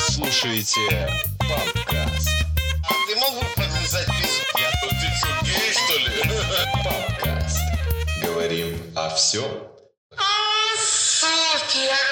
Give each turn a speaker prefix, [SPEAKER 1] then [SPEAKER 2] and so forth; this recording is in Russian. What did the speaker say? [SPEAKER 1] слушаете Папкаст.
[SPEAKER 2] А ты мог бы подлезать пизду? Я тут ты что, гей, что ли?
[SPEAKER 1] Папкаст. Говорим о всем,
[SPEAKER 2] Суки, а!